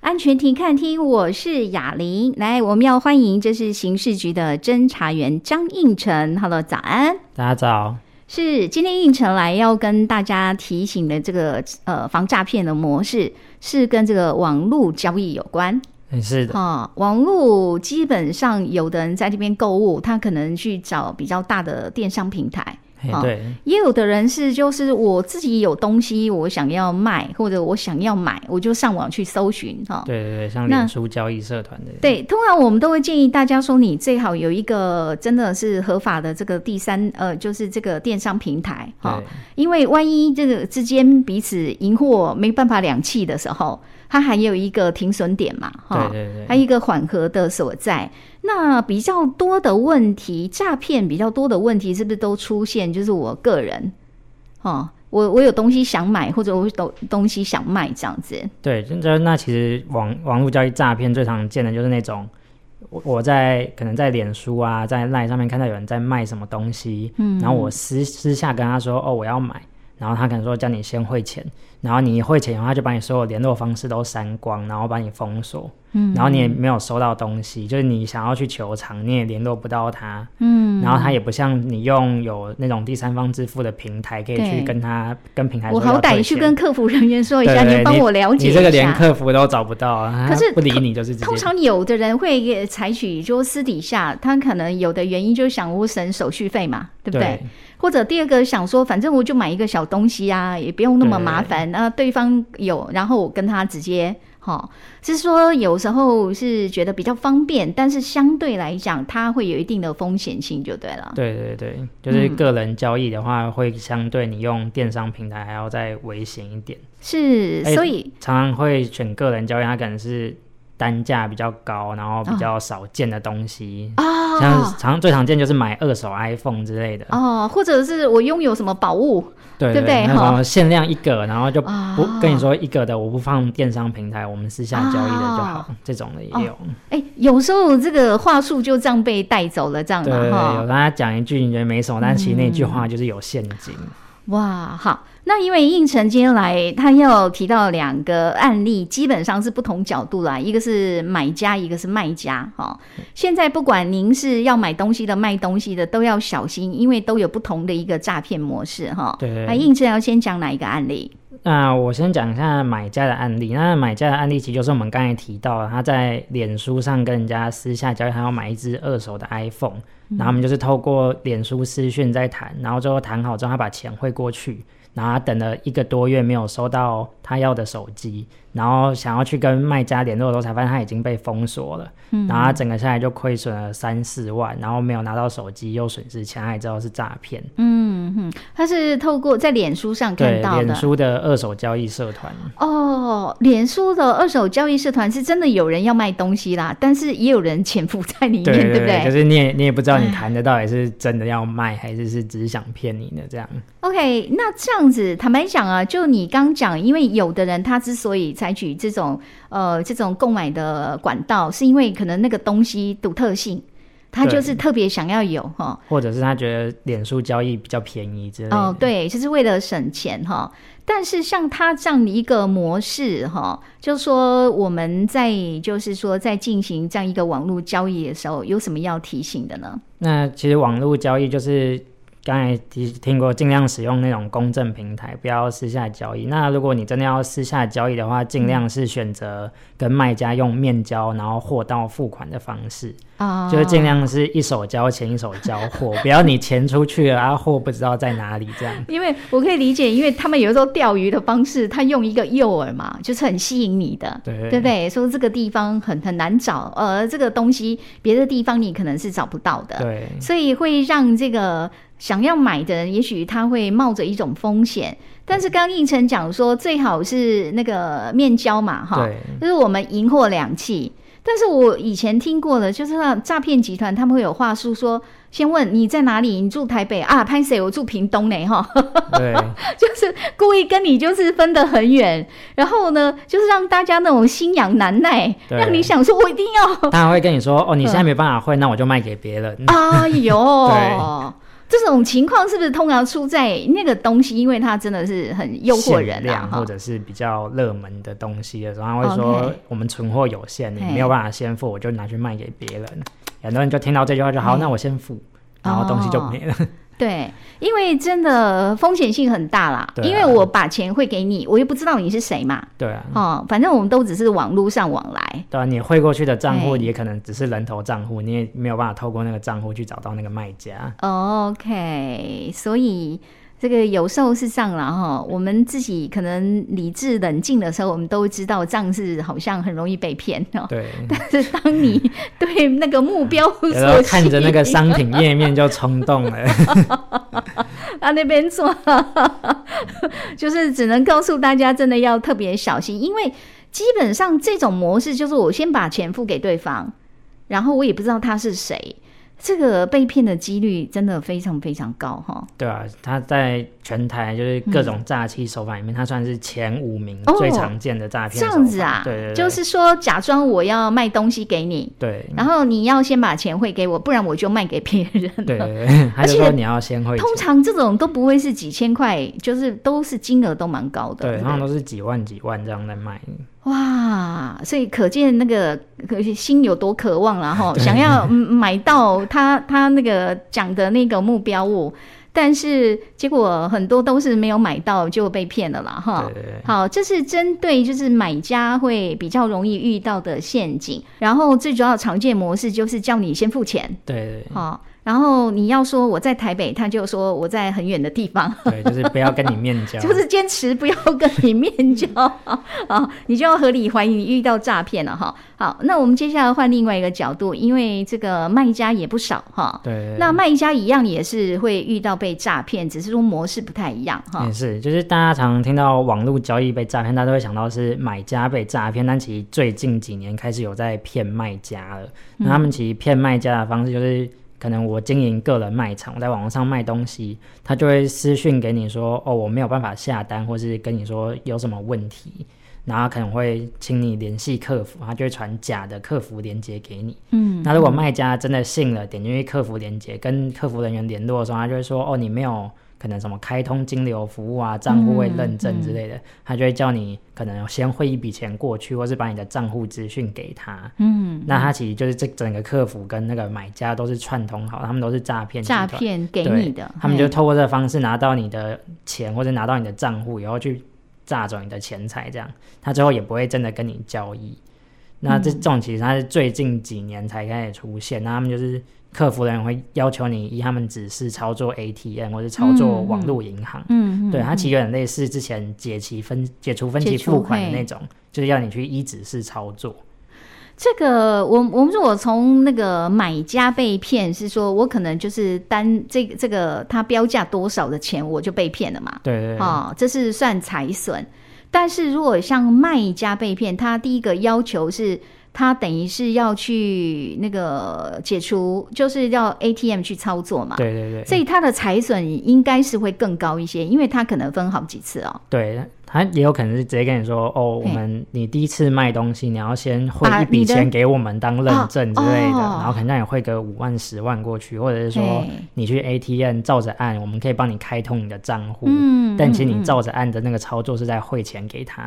安全庭看厅，我是雅玲。来，我们要欢迎，这是刑事局的侦查员张应成。Hello，早安。大家早，是今天应承来要跟大家提醒的这个呃防诈骗的模式，是跟这个网络交易有关。嗯，是的，啊、网络基本上有的人在这边购物，他可能去找比较大的电商平台，嘿哦哎对，也有的人是就是我自己有东西我想要卖或者我想要买，我就上网去搜寻哈。对对对，像那脸书交易社团的，对，通常我们都会建议大家说，你最好有一个真的是合法的这个第三呃，就是这个电商平台哈，因为万一这个之间彼此赢货没办法两弃的时候，它还有一个停损点嘛哈。对对对还对，有一个缓和的所在。那比较多的问题，诈骗比较多的问题，是不是都出现？就是我个人，哦，我我有东西想买，或者我有东东西想卖这样子。对，就就那其实网网络交易诈骗最常见的就是那种，我我在可能在脸书啊，在 LINE 上面看到有人在卖什么东西，嗯，然后我私私下跟他说，哦，我要买。然后他可能说叫你先汇钱，然后你汇钱以后，他就把你所有联络方式都删光，然后把你封锁，嗯，然后你也没有收到东西，就是你想要去求偿，你也联络不到他，嗯然后它也不像你用有那种第三方支付的平台可以对去跟他跟平台说我要好歹退去钱跟客服人员说一下，对对你帮你我了解一你下。这个连客服都找不到啊，可是他不理你就是直接通常有的人会采取，就私底下，他可能有的原因就是想我省手续费嘛，对不对？或者第二个想说，反正我就买一个小东西啊，也不用那么麻烦。那、对方有，然后我跟他直接，哈、是说有时候是觉得比较方便，但是相对来讲，它会有一定的风险性，就对了。对对对对，就是嗯个人交易的话，会相对你用电商平台还要再危险一点。是，哎所以常常会选个人交易，它可能是单价比较高，然后比较少见的东西，啊，像常最常见就是买二手 iPhone 之类的，哦，或者是我拥有什么宝物，对对不哦对那哈什么限量一个，然后就不、啊跟你说一个的，我不放电商平台，我们私下交易的就好，啊这种的也哦有。哎，有时候这个话术就这样被带走了，这样对嘛对哈。对，有跟他讲一句你觉得没什么，但其实那句话就是有陷阱。哇，好，那因为应承今天来，他要提到两个案例，基本上是不同角度啦，一个是买家，一个是卖家。哈、哦，现在不管您是要买东西的、卖东西的，都要小心，因为都有不同的一个诈骗模式。哈、对对那对应承要先讲哪一个案例？那我先讲一下买家的案例。那买家的案例其实就是我们刚才提到的，他在脸书上跟人家私下交易，他要买一只二手的 iPhone，、然嗯后我们就是透过脸书私讯在谈，然后最后谈好之后，他把钱汇过去，然后他等了一个多月没有收到他要的手机，然后想要去跟卖家联络的时候，才发现他已经被封锁了，嗯然后他整个下来就亏损了三四万，然后没有拿到手机又损失钱，他也知道是诈骗。他是透过在脸书上嗯看对，到脸的。书的二手交易社团。哦，脸书的二手交易社团是真的有人要卖东西啦，但是也有人潜伏在里面，对不对，就是你也你也不知道你谈的到底是真的要卖，还是是只是想骗你的这样。 OK，那这样子，坦白讲啊，就你刚讲，因为有的人他之所以采取这种呃这种购买的管道，是因为可能那个东西独特性，他对就是特别想要有哈。或者是他觉得脸书交易比较便宜之类的。哦，对，就是为了省钱哈。但是像他这样的一个模式哈，就说我们在就是说在进行这样一个网络交易的时候，有什么要提醒的呢？那其实网络交易就是刚才提听过，尽量使用那种公证平台，不要私下交易。那如果你真的要私下交易的话，尽量是选择跟卖家用面交，然后货到付款的方式，啊、就是尽量是一手交钱一手交货，不要你钱出去了，啊货不知道在哪里这样。 因为我可以理解，因为他们有时候钓鱼的方式，他用一个诱饵嘛，就是很吸引你的，对对不对？说这个地方很很难找，呃，这个东西别的地方你可能是找不到的，对所以会让这个想要买的人，也许他会冒着一种风险。但是刚刚应成讲说，最好是那个面交嘛，哈，对就是我们赢货两气。但是我以前听过的，就是那诈骗集团他们会有话术说，先问你在哪里，你住台北啊？拍谁？我住屏东呢，哈。对。 就是故意跟你就是分得很远，然后呢，就是让大家那种心痒难耐，对让你想说我一定要， 嗯他还会跟你说：“哦，你现在没办法汇，那我就卖给别人。哎呦对，这种情况是不是通常出在那个东西，因为它真的是很诱惑人限啊量？哈或，者是比较热门的东西的时候，他会说 OK 我们存货有限，你嘿没有办法先付，我就拿去卖给别人。很多人就听到这句话就好，嘿哦那我先付，然后东西就没了。对，因为真的风险性很大啦。对啊因为我把钱汇给你，我又不知道你是谁嘛。对啊，哦，反正我们都只是网络上往来。对啊，你汇过去的账户嘿也可能只是人头账户，你也没有办法透过那个账户去找到那个卖家。 OK，所以这个有时候是这样啦哈，我们自己可能理智冷静的时候，我们都知道这样是好像很容易被骗 哦。对，但是当你对那个目标有时所候看着那 个吸商品页面就冲动了。啊那边做，就是只能告诉大家真的要特别小心，因为基本上这种模式就是我先把钱付给对方，然后我也不知道他是谁，这个被骗的几率真的非常非常高哈。对啊，他在全台就是各种诈欺手法里面，他算是前五名嗯哦最常见的诈骗这手法。样子啊，对嗯对对，就是说假装我要卖东西给你，对然后你要先把钱汇给我，不然我就卖给别人了。对 对对，他就而说且你要先汇钱通，常这种都不会是几千块，就是都是金额都蛮高的。对，不通常都是几万几万这样在卖。哇，所以可见那个可心有多渴望了哈，想要嗯买到他他那个讲的那个目标物，但是结果很多都是没有买到就被骗了啦哈。对对对，好，这是针对就是买家会比较容易遇到的陷阱。然后最主要的常见模式就是叫你先付钱，对好、然后你要说我在台北，他就说我在很远的地方，对对，就是不要跟你面 交，就是坚持不要跟你面交 啊，你就要合理怀疑你遇到诈骗了哈。好，那我们接下来换另外一个角度，因为这个卖家也不少哈。对对对那卖家一样也是会遇到被诈骗，只是说模式不太一样哈也。是，就是大家常听到网络交易被诈骗，大家都会想到是买家被诈骗，但其实最近几年开始有在骗卖家了。那他们其实骗卖家的方式就是，可能我经营个人卖场，我在网络上卖东西，他就会私讯给你说，哦，我没有办法下单，或是跟你说有什么问题。然后可能会请你联系客服，他就会传假的客服链接给你。嗯，那如果卖家真的信了，点进去客服连接，跟客服人员联络的时候，他就会说：“哦，你没有可能什么开通金流服务啊，账户未认证之嗯类的。他就会叫你可能先汇一笔钱过去，或是把你的账户资讯给他。嗯，那他其实就是这整个客服跟那个买家都是串通好，他们都是诈骗集诈团骗给对你的，他们就嘿透过这个方式拿到你的钱或者拿到你的账户，然后去榨走你的钱财，这样他最后也不会真的跟你交易。那嗯这这种其实它是最近几年才开始出现，那他们就是客服人员会要求你依他们指示操作 ATM 或者操作网络银行。嗯，嗯对，它其实有点类似之前解期分解除分期解除付款的嘿哦那种，就是要你去依指示操作。这个，我我们如果从那个买家被骗，是说我可能就是单这这个他标价多少的钱我就被骗了嘛，对对对，哦，这是算财损。但是如果像卖家被骗，他第一个要求是他等于是要去那个解除，就是要 ATM 去操作嘛，对对对。所以他的财损应该是会更高一些，因为他可能分好几次哦。对他也有可能是直接跟你说，哦，我嘿们你第一次卖东西，你要先汇把一笔你的钱给我们当认证之类的，哦然后可能让你汇个五万、十万过去，或者是说嘿你去 ATM 照着按，我们可以帮你开通你的账户。嗯但其实嗯你嗯照着按的那个操作是在汇钱给他，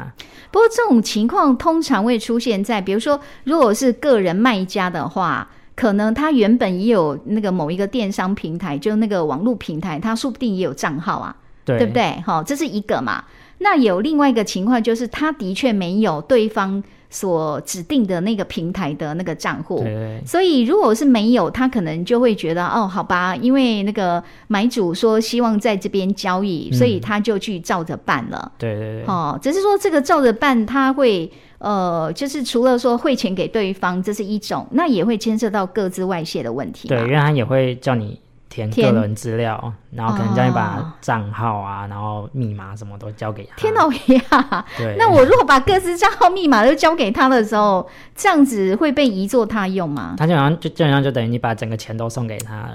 不过这种情况通常会出现在，比如说，如果是个人卖家的话，可能他原本也有那个某一个电商平台，就那个网络平台，他说不定也有账号啊，对对不？对？好、这是一个嘛。那有另外一个情况，就是他的确没有对方所指定的那个平台的那个账户。对对所以，如果是没有，他可能就会觉得哦，好吧，因为那个买主说希望在这边交嗯易，所以他就去照着办了。对对对哦，只是说这个照着办，他会呃，就是除了说汇钱给对方，这是一种，那也会牵涉到各自外泄的问题啊嘛。对，因为他也会叫你填填个人资料，然后可能叫你哦把账号啊，然后密码什么都交给他。天老爷啊！对，那我如果把各自账号密码都交给他的时候，这样子会被移作他用吗？他基本上就基本上就等于你把整个钱都送给他了，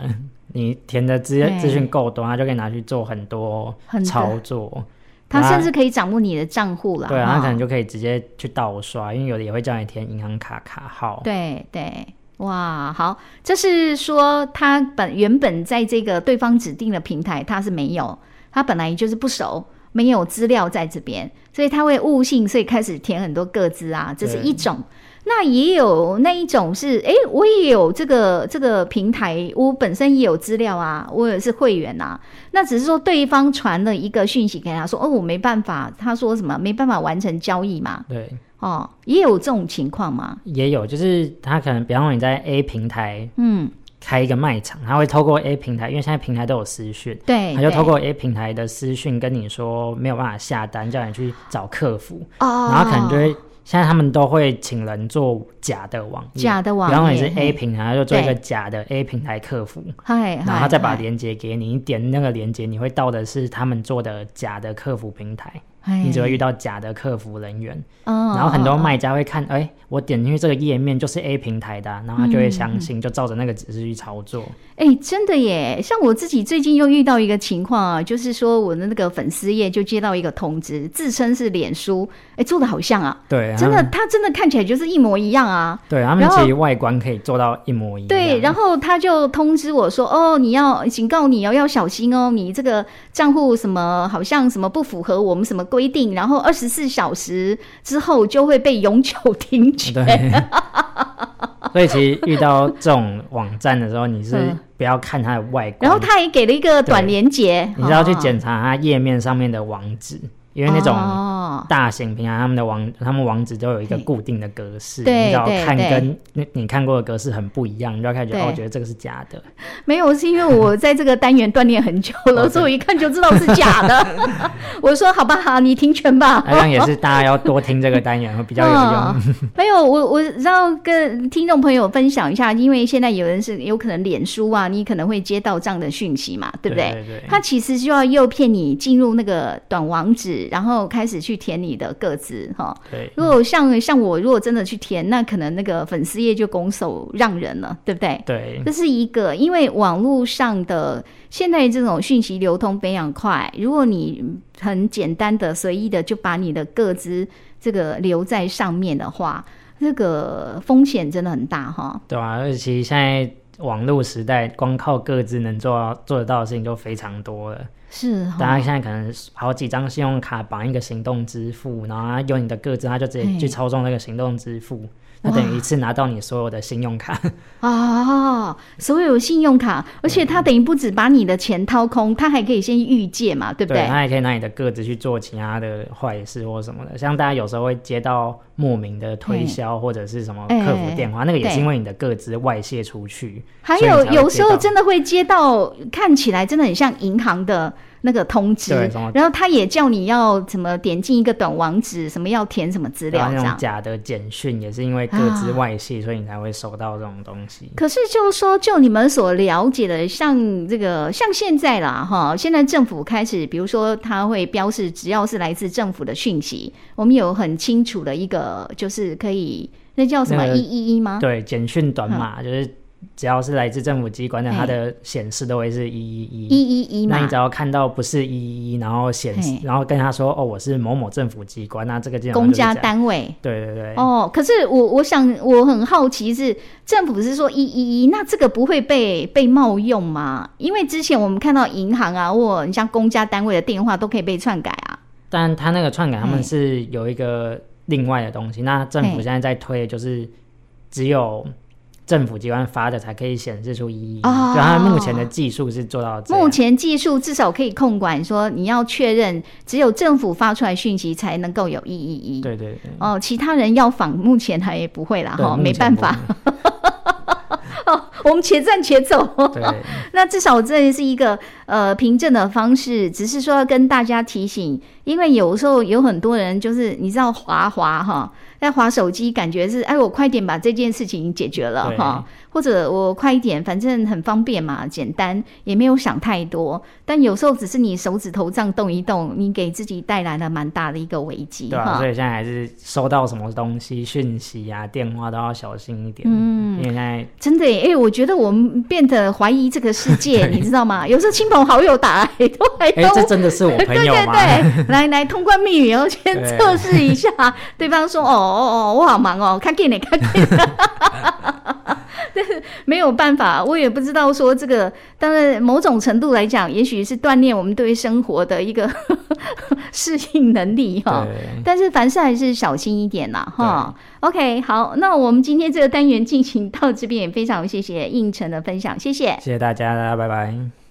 你填的资对资讯够多，他就可以拿去做很多很多操作。他那甚至可以掌握你的账户了。啊对啊，哈哦他可能就可以直接去盗刷，因为有的也会叫你填银行卡卡号。对对，哇，好，这是说他本原本在这个对方指定的平台他是没有，他本来就是不熟，没有资料在这边，所以他会误信，所以开始填很多个资啊，这是一种。那也有那一种是，诶，我也有这个这个平台，我本身也有资料啊，我也是会员啊。那只是说对方传了一个讯息给他说，哦，我没办法，他说什么没办法完成交易嘛，对，哦，也有这种情况嘛，也有就是他可能，比方说你在 A 平台嗯，开一个卖场，他会透过 A 平台，因为现在平台都有私讯，对，他就对透过 A 平台的私讯跟你说没有办法下单，叫你去找客服，哦，然后可能就会。现在他们都会请人做假的网页，假的网比方说你页是嘿 A 平台，他就做一对个假的 A 平台客服，嗨，然后他嗨再把嗨链接给你，你点那个链接，你会到的是他们做的假的客服平台，哎你只会遇到假的客服人员。嗯，然后很多嗯卖家会看，哎，我点进去这个页面就是 A 平台的啊，然后他就会相信，就照着那个指示去操作。哎、真的耶！像我自己最近又遇到一个情况啊，就是说我的那个粉丝页就接到一个通知，自称是脸书，哎、做的好像啊，对，真他的，们他真的看起来就是一模一样啊。对他们然后其实外观可以做到一模一样。对，然后后他就通知我说：“哦，你要警告你哦，要小心哦，你这个账户什么好像什么不符合我们什么规定，然后二十四小时之后就会被永久停止。对。 所以其实遇到这种网站的时候，你是嗯不要看它的外”然观，后他也给了一个短对连接，你是要去哦检查它页面上面的网址，因为那种哦大型平台他们的网他们网址都有一个固定的格式，对你只要看对跟你你看过的格式很不一样，你就要开始觉得对哦，觉得这个是假 的。没有，是因为我在这个单元锻炼很久了， OK 所以我一看就知道是假的。 我说好吧，好，你停权吧那。这样也是大家要多听这个单元会比较有用。嗯、没有，我我要跟听众朋友分享一下，因为现在有人是有可能脸书啊，你可能会接到这样的讯息嘛，对不对？对对对他其实就要诱骗你进入那个短网址，然后开始去填你的个资哈。对如果像像我，如果真的去填，那可能那个粉丝页就拱手让人了，对不对？对这是一个，因为网络上的现在这种讯息流通非常快，如果你很简单的、随意的就把你的个资这个留在上面的话，这个风险真的很大哈。对啊！而且其实现在网络时代，光靠各自能做到做得到的事情就非常多了。是哈，大家现在可能好几张信用卡绑一个行动支付，然后他用你的个资，他就直接嘿去操纵那个行动支付，那哇等于一次拿到你所有的信用卡。啊，所有信用卡，而且它等于不止把你的钱掏空，它还可以先预借嘛，对不对？他啊也可以拿你的个子去做其他的坏事或什么的。像大家有时候会接到莫名的推销或者是什么哎客服电话，那个也是对因为你的个资外泄出去。还所以你有才会有时接候到真的会接到看起来真的很像银行的那个通知对什么，然后他也叫你要什么点进一个短网址，什么要填什么资对料啊啊，这那种样。假的简讯也是因为个资外泄，所以你才会收到这种东西。可是就是说，就你们所了解的，像这个像现在啦，哈，现在政府开始，比如说它会标示，只要是来自政府的讯息，我们有很清楚的一个，就是可以那叫什么那个一一一吗？对，简讯短码、就是只要是来自政府机关的，嗯嘿它的显示都会是一一一一。一一那你嘛只，要看到不是一一，然后显示嘿，然后跟他说哦，我是某某政府机关，那这个基本上公就是家假的。单位。对对对。哦，可是我我想我很好奇是政府是说一一一，那这个不会被被冒用吗？因为之前我们看到银行啊，或你像公家单位的电话都可以被篡改啊。但他那个篡改，他嘿们是有一个另外的东西。那政府嘿现在在推，的就是只有政府机关发的才可以显示出一一，就哦它目前的技术是做到这样。目前技术至少可以控管，说你要确认只有政府发出来讯息才能够有一一一。对对对，哦，其他人要仿，目前还也不会啦，对哈，啊没办。法目，前 我们且战且走。不 对，那至少这也是一个呃凭证的方式，只是说要跟大家提醒，因为有时候有很多人就是你知道滑滑哈，在滑手机，感觉是哎我快点把这件事情解决了对哈，或者我快一点，反正很方便嘛，简单，也没有想太多。但有时候只是你手指头这样动一动，你给自己带来了蛮大的一个危机对啊，哈所。以现在还是收到什么东西、讯息啊、电话都要小心一点。嗯因为现在真的耶，哎、我觉得我们变得怀疑这个世 界，你知道吗？有时候亲朋好友打来都还哎都，这真的是我朋友 吗？对对对，来来，通关密语，然后先对测试一下。对方说：“哦哦哦，我好忙哦，看见你，看见。”没有办法，我也不知道说这个，当然某种程度来讲，也许是锻炼我们对生活的一个 适应能力哈。对，但是凡事还是小心一点啦，哈。OK，好，那我们今天这个单元进行到这边，也非常谢谢应成的分享，谢谢。谢谢大家，拜拜。